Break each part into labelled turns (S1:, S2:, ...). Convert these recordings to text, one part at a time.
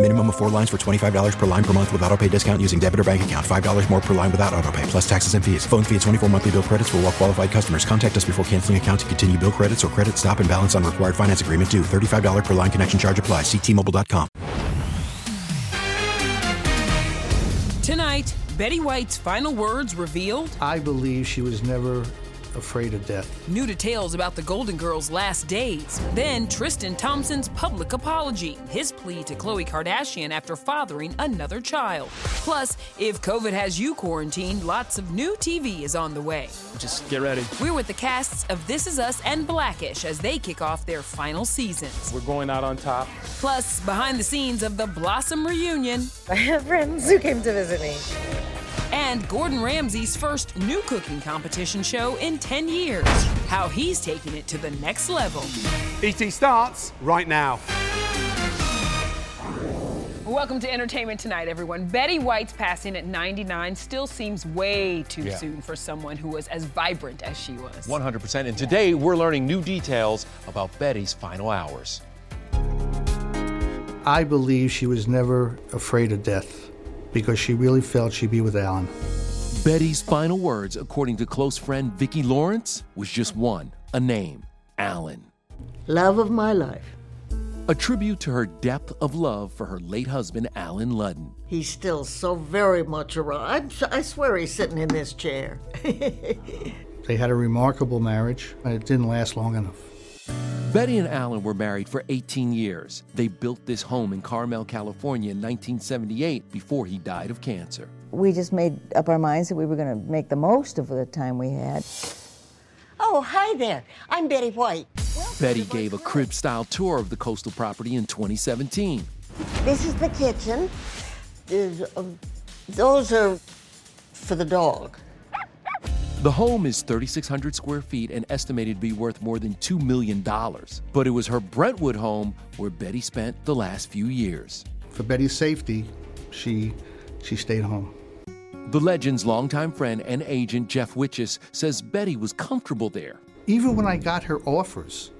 S1: Minimum of four lines for $25 per line per month with auto pay discount using debit or bank account. $5 more per line without auto pay, plus taxes and fees. Phone fee at 24 monthly bill credits for all qualified customers. Contact us before canceling account to continue bill credits or credit stop and balance on required finance agreement due. $35 per line connection charge applies. Ctmobile.com.
S2: Tonight, Betty White's final words revealed,
S3: I believe she was never afraid of death.
S2: new details about the Golden Girls' last days, then Tristan Thompson's public apology, his plea to Khloe Kardashian after fathering another child. Plus, if COVID has you quarantined, lots of new TV is on the way.
S4: Just get ready.
S2: We're with the casts of This Is Us and Blackish as they kick off their final seasons.
S4: We're going out on top.
S2: Plus, behind the scenes of the Blossom reunion
S5: I have friends who came to visit me.
S2: and Gordon Ramsay's first new cooking competition show in 10 years. How he's taking it to the next level.
S6: ET starts right now.
S2: Welcome to Entertainment Tonight, everyone. Betty White's passing at 99 still seems way too
S4: Yeah.
S2: soon for someone who was as vibrant as she was.
S4: 100%. And today we're learning new details about Betty's final hours.
S3: I believe she was never afraid of death because she really felt she'd be with Alan.
S4: Betty's final words, according to close friend Vicki Lawrence, was just one a name, Alan.
S5: Love of my life.
S4: A tribute to her depth of love for her late husband, Alan Ludden.
S5: He's still so very much around. I'm, s- I swear he's sitting in this chair.
S3: They had a remarkable marriage, and it didn't last long enough.
S4: Betty and Alan were married for 18 years. They built this home in Carmel, California in 1978 before he died of cancer.
S5: we just made up our minds that we were going to make the most of the time we had. Oh, hi there. I'm Betty White.
S4: Betty gave a crib style tour of the coastal property in 2017.
S5: This is the kitchen. There's, um, Those are for the dog.
S4: The home is 3,600 square feet and estimated to be worth more than $2 million. But it was her Brentwood home where Betty spent the last few years.
S3: For Betty's safety, she she stayed home.
S4: The legend's longtime friend and agent, Jeff Witches, says Betty was comfortable there.
S3: Even when I got her offers,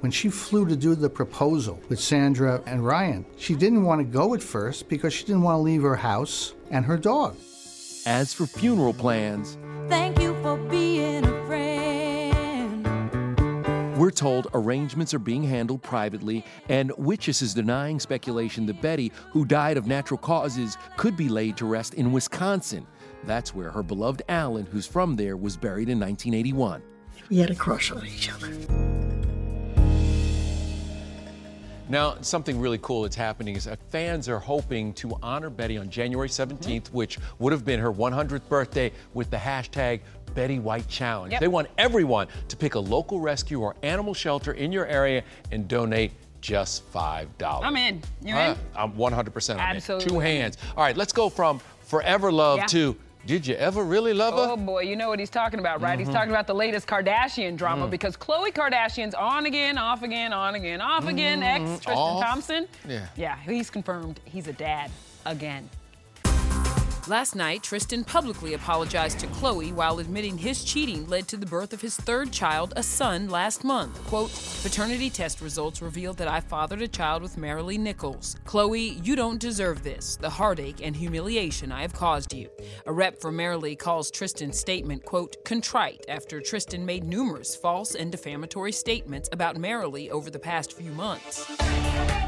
S3: when she flew to do the proposal with Sandra and Ryan, she didn't want to go at first because she didn't want to leave her house and her dog.
S4: As for funeral plans,
S5: Thank you for being a friend.
S4: we're told arrangements are being handled privately, and Witches is denying speculation that Betty, who died of natural causes, could be laid to rest in Wisconsin. That's where her beloved Alan, who's from there, was buried in 1981.
S5: We had a crush on each other.
S4: Now, something really cool that's happening is that fans are hoping to honor Betty on January 17th, which would have been her 100th birthday, with the hashtag Betty White Challenge.
S7: Yep.
S4: They want everyone to pick a local rescue or animal shelter in your area and donate just $5.
S7: I'm in. You
S4: Huh?
S7: in?
S4: I'm 100% on
S7: Absolutely.
S4: it. Two hands. All right, let's go from forever love
S7: Yeah.
S4: to did you ever really love her?
S7: Oh boy, you know what he's talking about, right?
S4: Mhm.
S7: He's talking about the latest Kardashian drama
S4: Mm.
S7: because Khloe Kardashian's on again, off again, on again, off again. Ex
S4: Mm,
S7: Tristan
S4: off.
S7: Thompson.
S2: Yeah.
S7: Yeah, he's confirmed he's a dad again.
S2: Last night, Tristan publicly apologized to Chloe while admitting his cheating led to the birth of his third child, a son, last month. Quote, paternity test results revealed that I fathered a child with Marilee Nichols. Chloe, you don't deserve this, the heartache and humiliation I have caused you. A rep for Marilee calls Tristan's statement, quote, contrite after Tristan made numerous false and defamatory statements about Marilee over the past few months.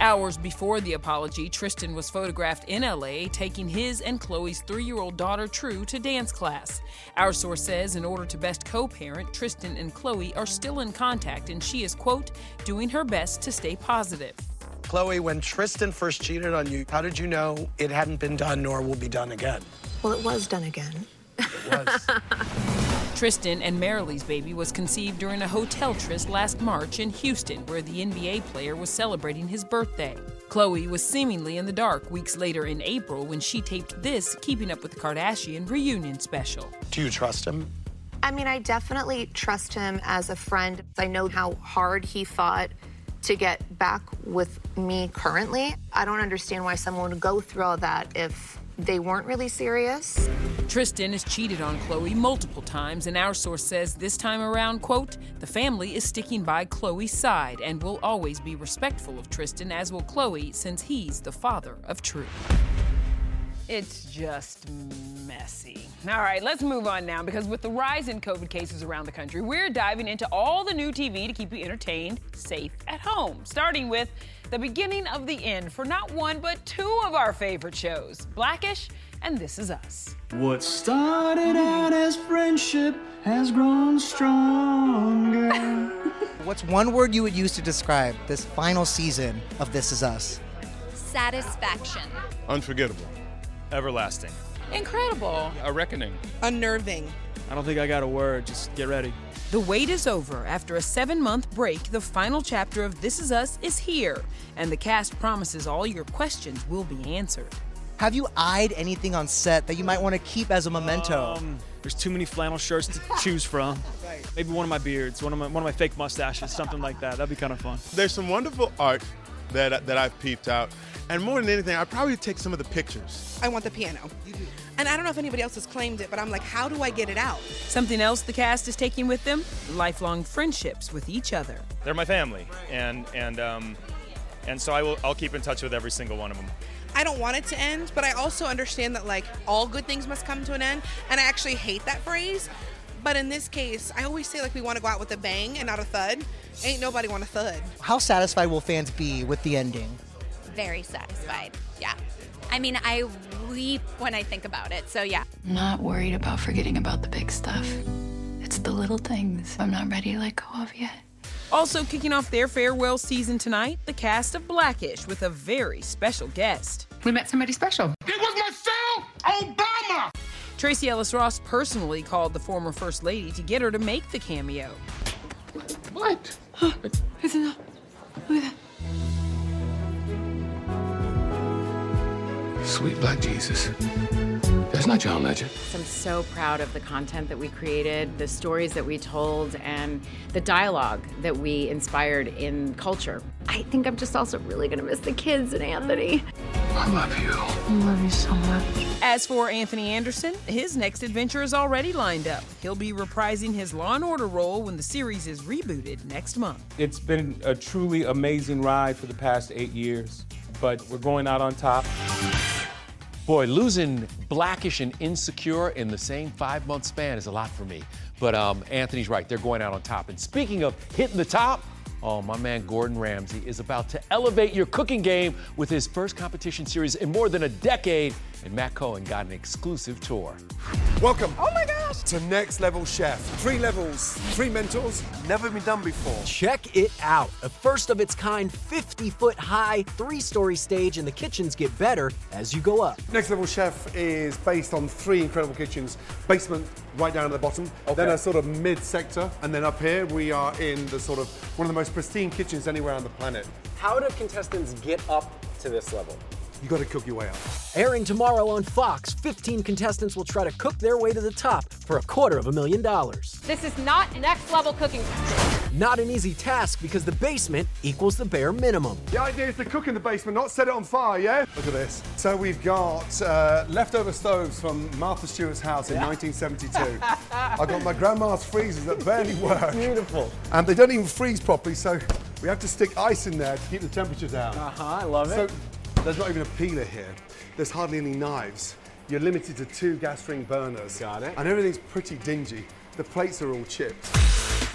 S2: Hours before the apology, Tristan was photographed in LA taking his and Chloe's three year old daughter True to dance class. Our source says, in order to best co parent, Tristan and Chloe are still in contact, and she is, quote, doing her best to stay positive.
S8: Chloe, when Tristan first cheated on you, how did you know it hadn't been done nor will be done again?
S9: Well, it was done again.
S2: Tristan and Marilee's baby was conceived during a hotel tryst last March in Houston, where the NBA player was celebrating his birthday. Chloe was seemingly in the dark weeks later in April when she taped this Keeping Up with the Kardashian reunion special.
S8: Do you trust him?
S9: I mean, I definitely trust him as a friend. I know how hard he fought to get back with me currently. I don't understand why someone would go through all that if they weren't really serious.
S2: Tristan has cheated on Chloe multiple times, and our source says this time around, quote, the family is sticking by Chloe's side and will always be respectful of Tristan, as will Chloe, since he's the father of truth.
S7: It's just messy. All right, let's move on now because with the rise in COVID cases around the country, we're diving into all the new TV to keep you entertained, safe at home, starting with the beginning of the end for not one but two of our favorite shows, Blackish and This Is Us.
S10: What started out as friendship has grown stronger.
S11: What's one word you would use to describe this final season of This Is Us?
S12: Satisfaction.
S13: Unforgettable. Everlasting.
S7: Incredible.
S13: A reckoning.
S2: Unnerving.
S13: I don't think I got a word. Just get ready.
S2: The wait is over. After a seven month break, the final chapter of This Is Us is here, and the cast promises all your questions will be answered.
S11: Have you eyed anything on set that you might want to keep as a memento?
S13: Um, there's too many flannel shirts to choose from. Maybe one of my beards, one of my one of my fake mustaches, something like that. That'd be kind of fun.
S14: There's some wonderful art that, that I've peeped out. And more than anything, I probably take some of the pictures.
S15: I want the piano. And I don't know if anybody else has claimed it, but I'm like, how do I get it out?
S2: Something else the cast is taking with them lifelong friendships with each other.
S13: They're my family, and and um, and so I will. I'll keep in touch with every single one of them.
S15: I don't want it to end, but I also understand that like all good things must come to an end. And I actually hate that phrase. But in this case, I always say like we want to go out with a bang and not a thud. Ain't nobody want a thud.
S11: How satisfied will fans be with the ending?
S12: Very satisfied. Yeah. I mean, I weep when I think about it. So, yeah.
S16: not worried about forgetting about the big stuff. It's the little things I'm not ready oh, to let go of yet.
S2: Also, kicking off their farewell season tonight, the cast of Blackish with a very special guest. We met somebody special. It was myself, Obama! Tracy Ellis Ross personally called the former First Lady to get her to make the cameo.
S16: What? it's enough. Look at
S17: Sweet black Jesus. That's not John Legend.
S18: I'm so proud of the content that we created, the stories that we told, and the dialogue that we inspired in culture. I think I'm just also really going to miss the kids and Anthony.
S17: I love you.
S16: I love you so much.
S2: As for Anthony Anderson, his next adventure is already lined up. He'll be reprising his Law and Order role when the series is rebooted next month.
S19: It's been a truly amazing ride for the past eight years, but we're going out on top.
S4: Boy, losing Blackish and Insecure in the same five month span is a lot for me. But um, Anthony's right, they're going out on top. And speaking of hitting the top, oh, my man Gordon Ramsay is about to elevate your cooking game with his first competition series in more than a decade. and Matt Cohen got an exclusive tour.
S20: Welcome. Oh my gosh. To Next Level Chef. Three levels, three mentors, never been done before.
S21: Check it out. A first of its kind 50 foot high, three story stage, and the kitchens get better as you go up.
S20: Next Level Chef is based on three incredible kitchens basement right down at the bottom, then a sort of mid sector, and then up here we are in the sort of one of the most pristine kitchens anywhere on the planet.
S21: How do contestants get up to this level?
S20: You got to cook your way up.
S21: Airing tomorrow on Fox, 15 contestants will try to cook their way to the top for a quarter of a million dollars.
S22: This is not next level cooking.
S21: Not an easy task because the basement equals the bare minimum.
S20: The idea is to cook in the basement, not set it on fire, yeah? Look at this. So we've got uh, leftover stoves from Martha Stewart's house in 1972. I got my grandma's freezers that barely work.
S21: Beautiful.
S20: And they don't even freeze properly, so we have to stick ice in there to keep the temperature down.
S21: Uh-huh, I love it.
S20: So there's not even a peeler here. There's hardly any knives. You're limited to two gas ring burners. Got it. And everything's pretty dingy. The plates are all chipped.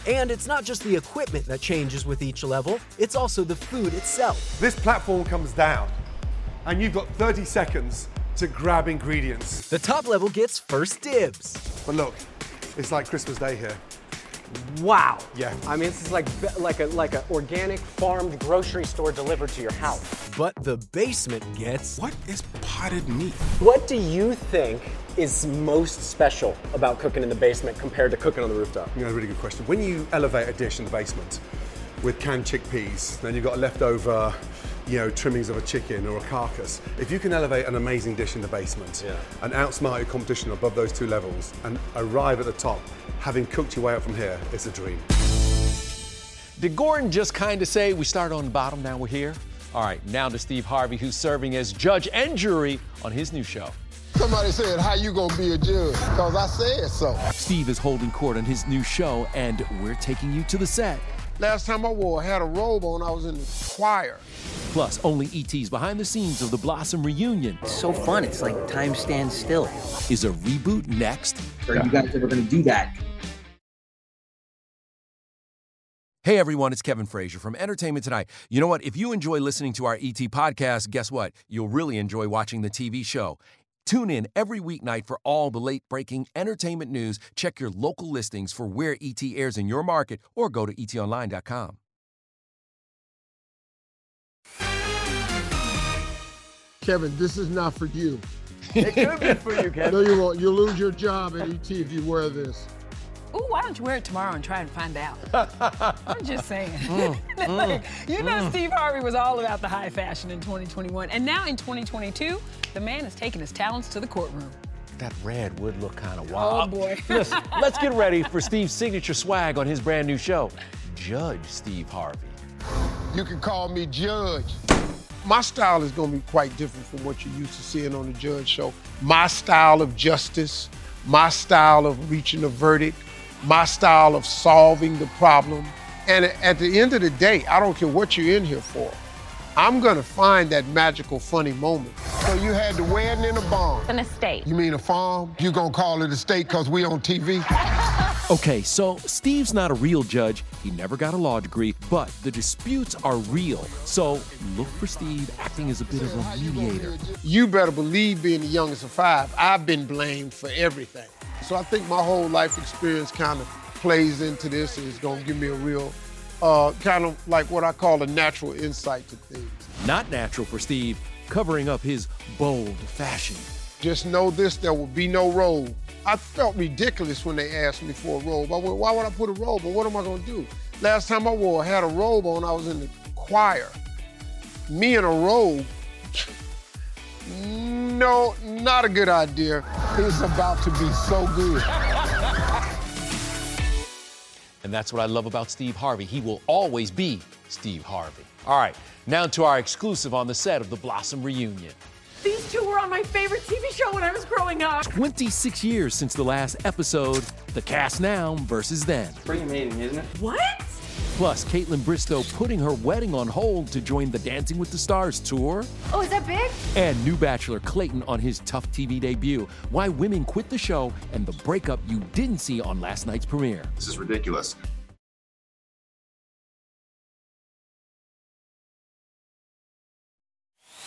S21: And it's not just the equipment that changes with each level, it's also the food itself.
S20: This platform comes down, and you've got 30 seconds to grab ingredients.
S21: The top level gets first dibs.
S20: But look, it's like Christmas Day here.
S21: Wow.
S20: Yeah.
S21: I mean, this is like like a like an organic farmed grocery store delivered to your house. But the basement gets what is potted meat? What do you think is most special about cooking in the basement compared to cooking on the rooftop?
S20: You know, a really good question. When you elevate a dish in the basement with canned chickpeas, then you've got leftover, you know, trimmings of a chicken or a carcass. If you can elevate an amazing dish in the basement and outsmart your competition above those two levels and arrive at the top, having cooked your way up from here, it's a dream.
S4: Did Gordon just kind of say we start on the bottom, now we're here? All right, now to Steve Harvey, who's serving as judge and jury on his new show.
S23: Somebody said, how you gonna be a judge? Cause I said so.
S4: Steve is holding court on his new show, and we're taking you to the set.
S23: Last time I wore, I had a robe on, I was in the choir.
S4: Plus, only ET's behind the scenes of the Blossom reunion.
S24: so fun. It's like time stands still.
S4: Is a reboot next?
S24: Are you guys ever going to do that?
S4: Hey everyone, it's Kevin Frazier from Entertainment Tonight. You know what? If you enjoy listening to our ET podcast, guess what? You'll really enjoy watching the TV show. Tune in every weeknight for all the late breaking entertainment news. Check your local listings for where ET airs in your market or go to E etonline.com.
S23: Kevin, this is not for you.
S17: It could be for you, Kevin.
S23: No, you won't. You'll lose your job at ET if you wear this.
S17: Ooh, why don't you wear it tomorrow and try and find out? I'm just saying. Like, you know, Steve Harvey was all about the high fashion in 2021. And now in 2022, the man is taking his talents to the courtroom.
S4: That red would look kind of wild.
S17: boy.
S4: Listen, let's get ready for Steve's signature swag on his brand new show, Judge Steve Harvey.
S23: You can call me Judge. My style is going to be quite different from what you're used to seeing on the Judge Show. My style of justice, my style of reaching a verdict, my style of solving the problem. And at the end of the day, I don't care what you're in here for. I'm going to find that magical, funny moment. So you had the wedding in a barn.
S22: An estate.
S23: You mean a farm? You going to call it a state because we on TV?
S4: Okay, so Steve's not a real judge. He never got a law degree, but the disputes are real. So look for Steve acting as a bit of a mediator.
S23: You better believe being the youngest of five, I've been blamed for everything. So I think my whole life experience kind of plays into this and it's going to give me a real, uh, kind of like what I call a natural insight to things.
S4: Not natural for Steve, covering up his bold fashion.
S23: Just know this, there will be no robe. I felt ridiculous when they asked me for a robe. I went, why would I put a robe on? What am I going to do? Last time I wore, I had a robe on, I was in the choir. Me in a robe, no, not a good idea. It's about to be so good.
S4: And that's what I love about Steve Harvey. He will always be Steve Harvey. All right, now to our exclusive on the set of the Blossom reunion.
S25: These two were on my favorite TV show when I was growing up.
S4: 26 years since the last episode, the cast now versus then.
S25: Pretty amazing, isn't it? What?
S4: Plus, Caitlin Bristow putting her wedding on hold to join the Dancing with the Stars tour.
S25: Oh, is that big?
S4: And new bachelor Clayton on his tough TV debut. Why women quit the show and the breakup you didn't see on last night's premiere.
S26: This is ridiculous.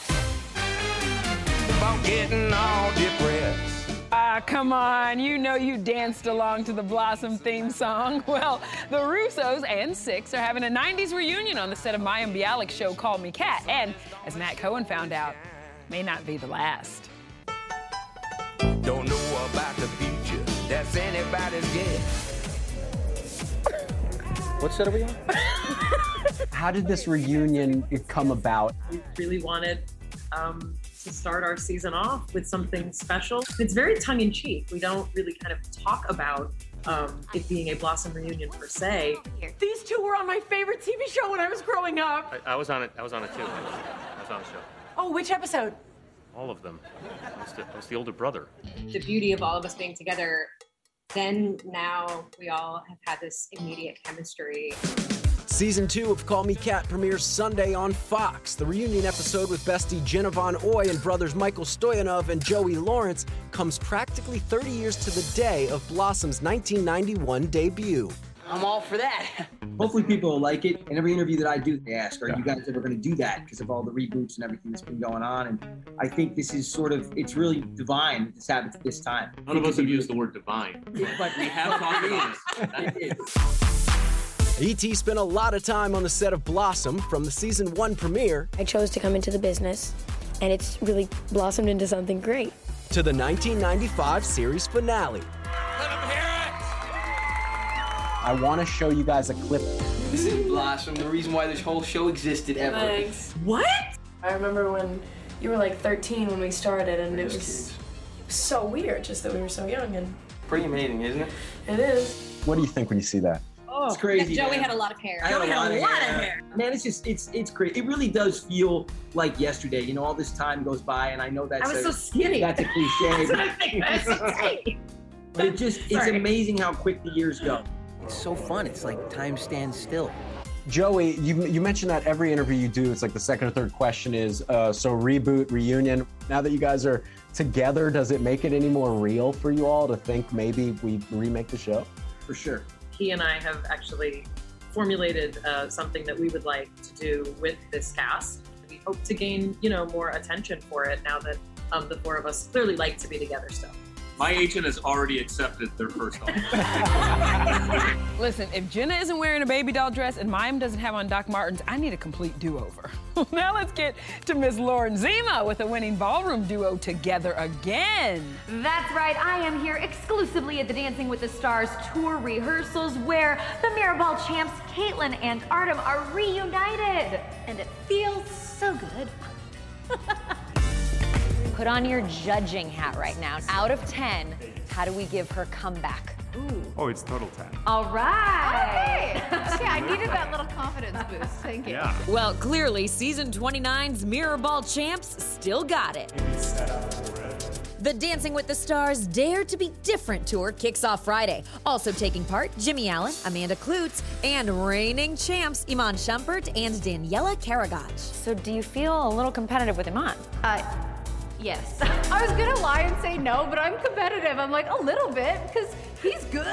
S26: about getting on.
S2: Ah, come on. You know you danced along to the Blossom theme song. Well, the Russos and Six are having a 90s reunion on the set of Mayim Bialik's show Call Me Kat. And as Matt Cohen found out, may not be the last.
S23: Don't know about the future. That's anybody's guess.
S27: What set are we on? How did this reunion come about?
S25: We really wanted um, to start our season off with something special. It's very tongue in cheek. We don't really kind of talk about um, it being a Blossom reunion per se.
S28: These two were on my favorite TV show when I was growing up.
S12: I, I was on it. I was on it too. I was on the show.
S28: Oh, which episode?
S12: All of them. I was the, I was the older brother.
S25: The beauty of all of us being together, then now we all have had this immediate chemistry.
S8: Season two of Call Me Kat premieres Sunday on Fox. The reunion episode with bestie Jenna Von Oy and brothers Michael Stoyanov and Joey Lawrence comes practically 30 years to the day of Blossom's 1991 debut.
S24: I'm all for that. Hopefully, people will like it. In every interview that I do, they ask, "Are you guys ever going to do that?" Because of all the reboots and everything that's been going on. And I think this is sort of it's really divine that this happens at this time.
S12: None of us have used the word divine.
S24: But we
S12: have talked about
S8: ET E spent a lot of time on the set of Blossom from the season one premiere
S29: I chose to come into the business, and it's really blossomed into something great.
S8: to the 1995 series finale.
S27: I want to show you guys a clip.
S24: This is Blossom, the reason why this whole show existed ever.
S29: What? I remember when you were like 13 when we started, and it was so weird just that we were so young, and
S24: Pretty amazing, isn't it?
S29: it is.
S27: What do you think when you see that?
S24: it's crazy.
S25: Joey
S24: man.
S25: had a lot of hair.
S24: I
S25: Oh. Joey had a lot of hair.
S24: Man, it's just it's it's crazy. It really does feel like yesterday. You know, all this time goes by, and I know that's
S25: I was so
S24: a,
S25: skinny.
S24: That's a cliche.
S25: That's what I think. I was so skinny.
S24: but it just it's
S28: Sorry.
S24: amazing how quick the years go. It's so fun. It's like time stands still.
S27: Joey, you, you mentioned that every interview you do, it's like the second or third question is uh, so reboot, reunion. Now that you guys are together, does it make it any more real for you all to think maybe we remake the show?
S24: For sure.
S25: He and I have actually formulated uh, something that we would like to do with this cast. We hope to gain, you know, more attention for it now that um, the four of us clearly like to be together still.
S12: My agent has already accepted their first offer.
S2: Listen, if Jenna isn't wearing a baby doll dress and Mayim doesn't have on Doc Martens, I need a complete do-over. now let's get to Miss Lauren Zima with a winning ballroom duo together again.
S12: That's right, I am here exclusively at the Dancing with the Stars tour rehearsals where the Mirrorball champs Caitlin and Artem are reunited. And it feels so good.
S29: Put on your judging hat right now. Out of 10, how do we give her comeback? Ooh.
S13: Oh, it's total 10.
S29: All right. Yeah, I needed that
S17: little confidence boost. Thank you.
S13: Yeah.
S17: Well, clearly, season 29's Mirror Ball champs still got it.
S29: The Dancing with the Stars Dare to Be Different tour kicks off Friday. Also taking part, Jimmy Allen, Amanda Klutz, and reigning champs Iman Shumpert and Daniela Karagaj. So, do you feel a little competitive with Iman? Uh, yes.
S12: I was gonna lie and say no, but I'm competitive. I'm like a little bit because he's good.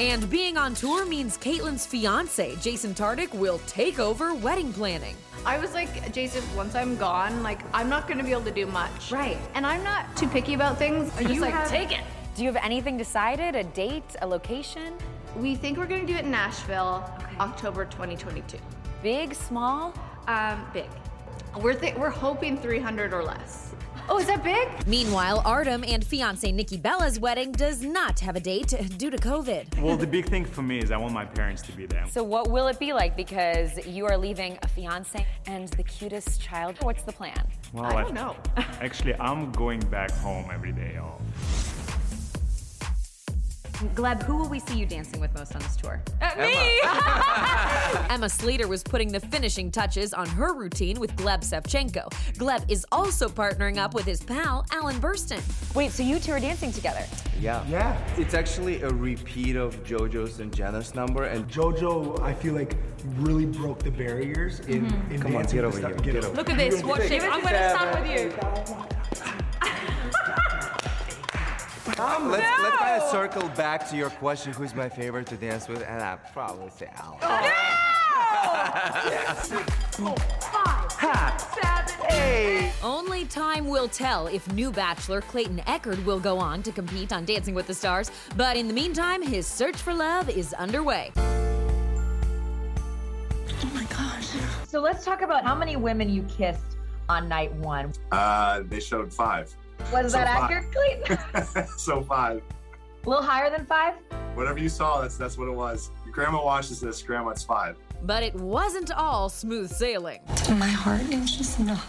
S29: And being on tour means Caitlin's fiance, Jason Tardik, will take over wedding planning.
S12: I was like, Jason, once I'm gone, like I'm not gonna be able to do much. Right. And I'm not too picky about things. I'm just like, take it.
S29: Do you have anything decided? A date? A location?
S12: We think we're gonna do it in Nashville, October 2022. Big, small? Um, big. We're th- we're hoping 300 or less.
S29: Oh, is that big? Meanwhile, Artem and fiance Nikki Bella's wedding does not have a date due to COVID.
S13: Well, the big thing for me is I want my parents to be there.
S29: So, what will it be like? Because you are leaving a fiance and the cutest child. What's the plan?
S13: Well, I- Actually, I'm going back home every day off.
S29: Gleb, who will we see you dancing with most on this tour?
S17: me.
S29: Emma Slater was putting the finishing touches on her routine with Gleb Sevchenko. Gleb is also partnering up with his pal, Alan Burston. Wait, so you two are dancing together?
S26: Yeah. Yeah. It's actually a repeat of JoJo's and Jenna's number, and
S30: JoJo, I feel like really broke the barriers in,
S26: Mhm.
S30: in
S26: Come on,
S30: dancing
S26: get
S30: with
S26: over
S30: stuff.
S26: here, get over
S12: Look at this. Watch it. I'm gonna stop with you.
S26: Tom, let's, let's kind
S12: No!
S26: of circle back to your question who's my favorite to dance with, and I probably say Al.
S12: Six, four, five,
S26: Top
S31: seven,
S26: eight.
S29: Only time will tell if new bachelor Clayton Eckerd will go on to compete on Dancing with the Stars, but in the meantime, his search for love is underway.
S32: So let's talk about how many women you kissed on night one.
S33: Uh, they showed five.
S32: Was
S33: So
S32: that
S33: five.
S32: accurate, Clayton?
S33: so five.
S32: A little higher than five?
S33: Whatever you saw, that's that's what it was. Your grandma watches this. Grandma, it's five.
S29: But it wasn't all smooth sailing.
S12: My heart is just not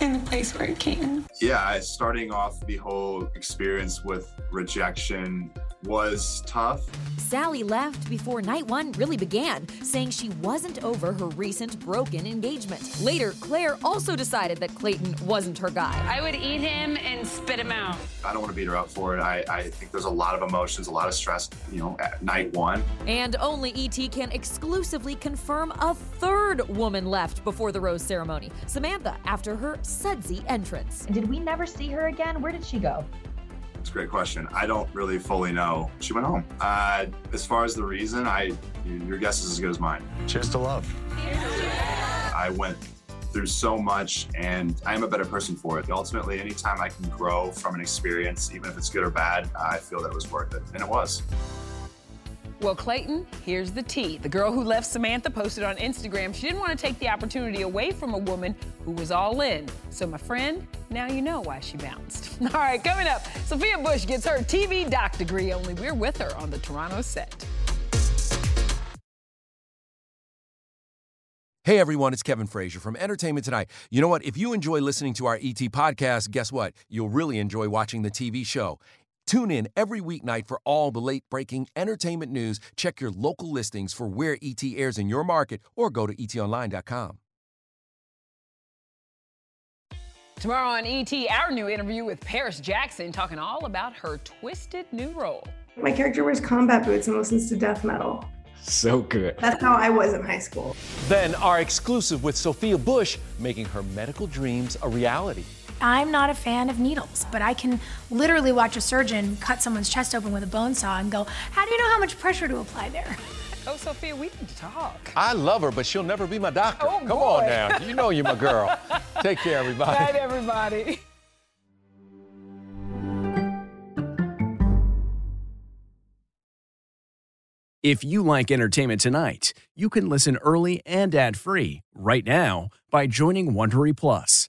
S12: in the place where it came.
S33: Yeah, I- starting off the whole experience with rejection was tough.
S29: Sally left before night one really began, saying she wasn't over her recent broken engagement. Later, Claire also decided that Clayton wasn't her guy.
S34: I would eat him and spit him out.
S33: I don't want to beat her up for it. I, I think there's a lot of emotions, a lot of stress, you know, at night one.
S29: And only ET can exclusively confirm a third woman left before the rose ceremony Samantha, after her sudsy entrance.
S32: Did we never see her again? Where did she go?
S33: It's a great question. I don't really fully know. She went home. Uh, as far as the reason, I your guess is as good as mine. Cheers to love. I went through so much, and I am a better person for it. Ultimately, anytime I can grow from an experience, even if it's good or bad, I feel that it was worth it, and it was.
S2: Well, Clayton, here's the tea. The girl who left Samantha posted on Instagram she didn't want to take the opportunity away from a woman who was all in. So, my friend, now you know why she bounced. All right, coming up, Sophia Bush gets her TV doc degree, only we're with her on the Toronto set.
S4: Hey everyone, it's Kevin Frazier from Entertainment Tonight. You know what? If you enjoy listening to our ET podcast, guess what? You'll really enjoy watching the TV show. Tune in every weeknight for all the late breaking entertainment news. Check your local listings for where ET airs in your market or go to E etonline.com.
S2: Tomorrow on ET, our new interview with Paris Jackson talking all about her twisted new role.
S35: My character wears combat boots and listens to death metal.
S36: So good.
S35: That's how I was in high school.
S36: Then our exclusive with Sophia Bush making her medical dreams a reality.
S37: I'm not a fan of needles, but I can literally watch a surgeon cut someone's chest open with a bone saw and go, How do you know how much pressure to apply there?
S2: Oh, Sophia, we need to talk.
S36: I love her, but she'll never be my doctor. Come on now. You know you're my girl. Take care, everybody.
S2: Night, everybody.
S10: If you like entertainment tonight, you can listen early and ad-free right now by joining Wondery Plus